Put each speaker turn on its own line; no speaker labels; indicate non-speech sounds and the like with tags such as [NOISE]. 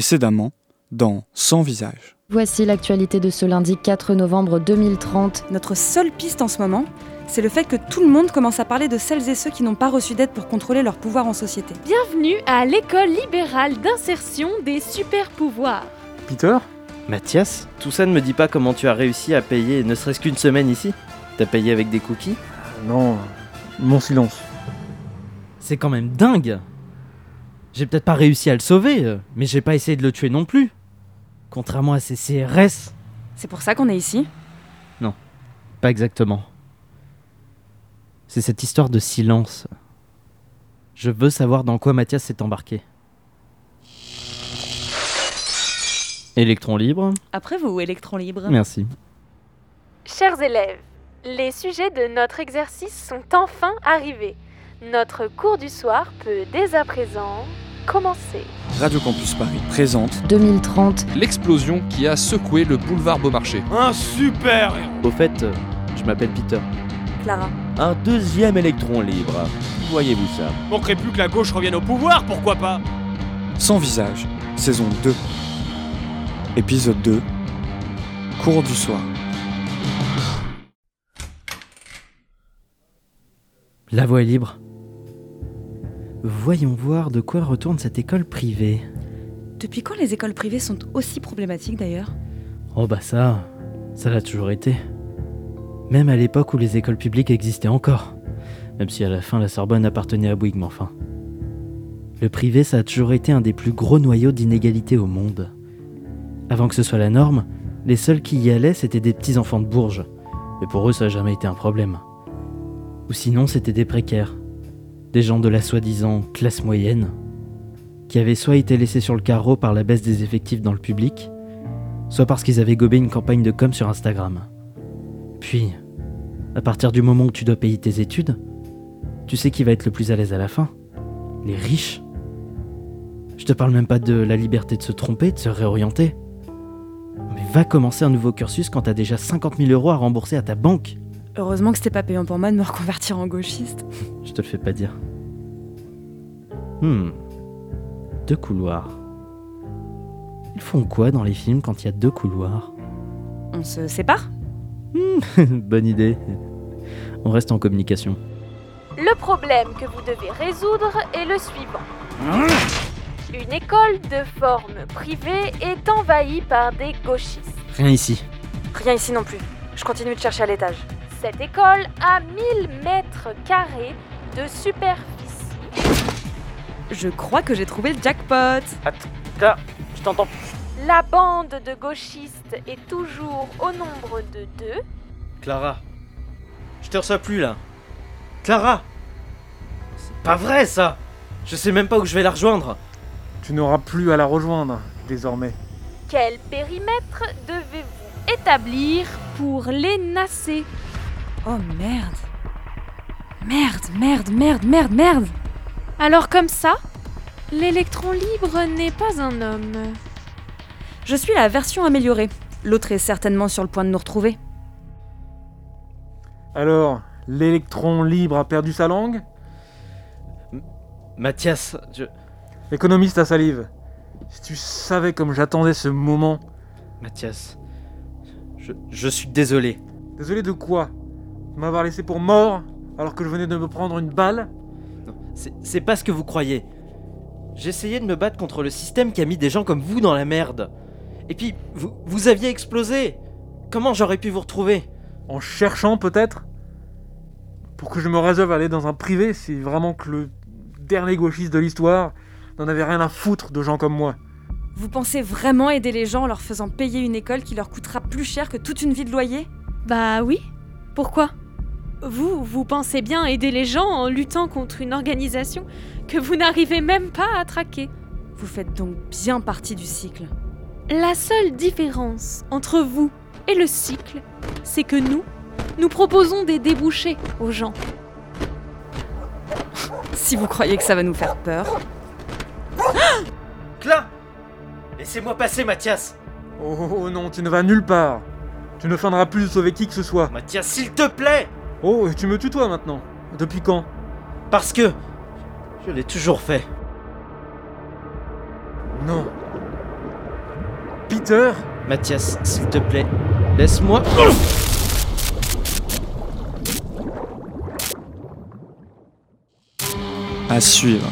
précédemment dans Sans visage.
Voici l'actualité de ce lundi 4 novembre 2030.
Notre seule piste en ce moment, c'est le fait que tout le monde commence à parler de celles et ceux qui n'ont pas reçu d'aide pour contrôler leur pouvoir en société.
Bienvenue à l'école libérale d'insertion des super-pouvoirs.
Peter
Mathias, tout ça ne me dit pas comment tu as réussi à payer ne serait-ce qu'une semaine ici T'as payé avec des cookies
Non, mon silence.
C'est quand même dingue J'ai peut-être pas réussi à le sauver, euh, mais j'ai pas essayé de le tuer non plus. Contrairement à ces CRS,
C'est pour ça qu'on est ici.
pas exactement. C'est cette histoire de silence. Je veux savoir dans quoi Mathias s'est embarqué. Électron libre,
Après vous, électron libre.
merci.
Chers élèves, les sujets de notre exercice sont enfin arrivés. Notre cours du soir peut dès à présent commencer.
Radio Campus Paris présente
2030,
L'explosion qui a secoué le boulevard Beaumarchais.
Un super
Au fait, euh, je m'appelle Peter.
Clara.
Un deuxième électron libre. Voyez-vous ça
Manquerait plus que la gauche revienne au pouvoir, pourquoi pas
Sans visage, saison 2. Épisode 2. Cours du soir.
La voie est libre. Voyons voir de quoi retourne cette école privée.
Depuis quand les écoles privées sont aussi problématiques d'ailleurs
Oh bah ça, ça l'a toujours été. Même à l'époque où les écoles publiques existaient encore. Même si à la fin la Sorbonne appartenait à Bouygues, mais enfin. Le privé, ça a toujours été un des plus gros noyaux d'inégalité au monde. Avant que ce soit la norme, les seuls qui y allaient, c'était des petits enfants de Bourges. Mais pour eux, ça n'a jamais été un problème. Ou sinon, c'était des précaires. Des gens de la soi-disant classe moyenne, qui avaient soit été laissés sur le carreau par la baisse des effectifs dans le public, soit parce qu'ils avaient gobé une campagne de com sur Instagram. Puis, à partir du moment où tu dois payer tes études, tu sais qui va être le plus à l'aise à la fin Les riches. Je te parle même pas de la liberté de se tromper, de se réorienter. Mais va commencer un nouveau cursus quand t'as déjà 50 000 euros à rembourser à ta banque.
Heureusement que c'était pas payant pour moi de me [LAUGHS] reconvertir en gauchiste.
Je te le fais pas dire. Hmm. Deux couloirs. Ils font quoi dans les films quand il y a deux couloirs
On se sépare
Bonne idée. On reste en communication.
Le problème que vous devez résoudre est le suivant. Une école de forme privée est envahie par des gauchistes.
Rien ici.
Rien ici non plus. Je continue de chercher à l'étage.
Cette école a 1000 mètres carrés de superficie.
Je crois que j'ai trouvé le jackpot
Je t'entends.
La bande de gauchistes est toujours au nombre de deux.
Clara.
Je te reçois plus là. Clara C'est pas vrai ça Je sais même pas où je vais la rejoindre.
Tu n'auras plus à la rejoindre, désormais.
Quel périmètre devez-vous établir pour les nasser
Oh merde Merde, merde, merde, merde, merde
Alors comme ça, l'électron libre n'est pas un homme.
Je suis la version améliorée. L'autre est certainement sur le point de nous retrouver.
Alors, l'électron libre a perdu sa langue
Mathias, je...
Économiste à salive. Si tu savais comme j'attendais ce moment.
Mathias... Je, je suis désolé.
Désolé de quoi De M'avoir laissé pour mort alors que je venais de me prendre une balle
Non, c'est- c'est pas ce que vous croyez. J'essayais de me battre contre le système qui a mis des gens comme vous dans la merde. Et puis, vous, vous aviez explosé Comment j'aurais pu vous retrouver
En cherchant peut-être Pour que je me réserve à aller dans un privé si vraiment que le dernier gauchiste de l'histoire n'en avait rien à foutre de gens comme moi.
Vous pensez vraiment aider les gens en leur faisant payer une école qui leur coûtera plus cher que toute une vie de loyer
Bah oui. Pourquoi Vous, vous pensez bien aider les gens en luttant contre une organisation que vous n'arrivez même pas à traquer.
Vous faites donc bien partie du cycle.
La seule différence entre vous et le cycle, c'est que nous, nous proposons des débouchés aux gens.
Si vous croyez que ça va nous faire peur.
Cla Laissez-moi passer, Mathias
Oh, oh, oh, non, tu ne vas nulle part. Tu ne feindras plus de sauver qui que ce soit.
Mathias, s'il te plaît
Oh, et tu me tutoies maintenant. Depuis quand
Parce que... Je l'ai toujours fait.
Non. Peter
Mathias, s'il te plaît, laisse-moi.
À suivre.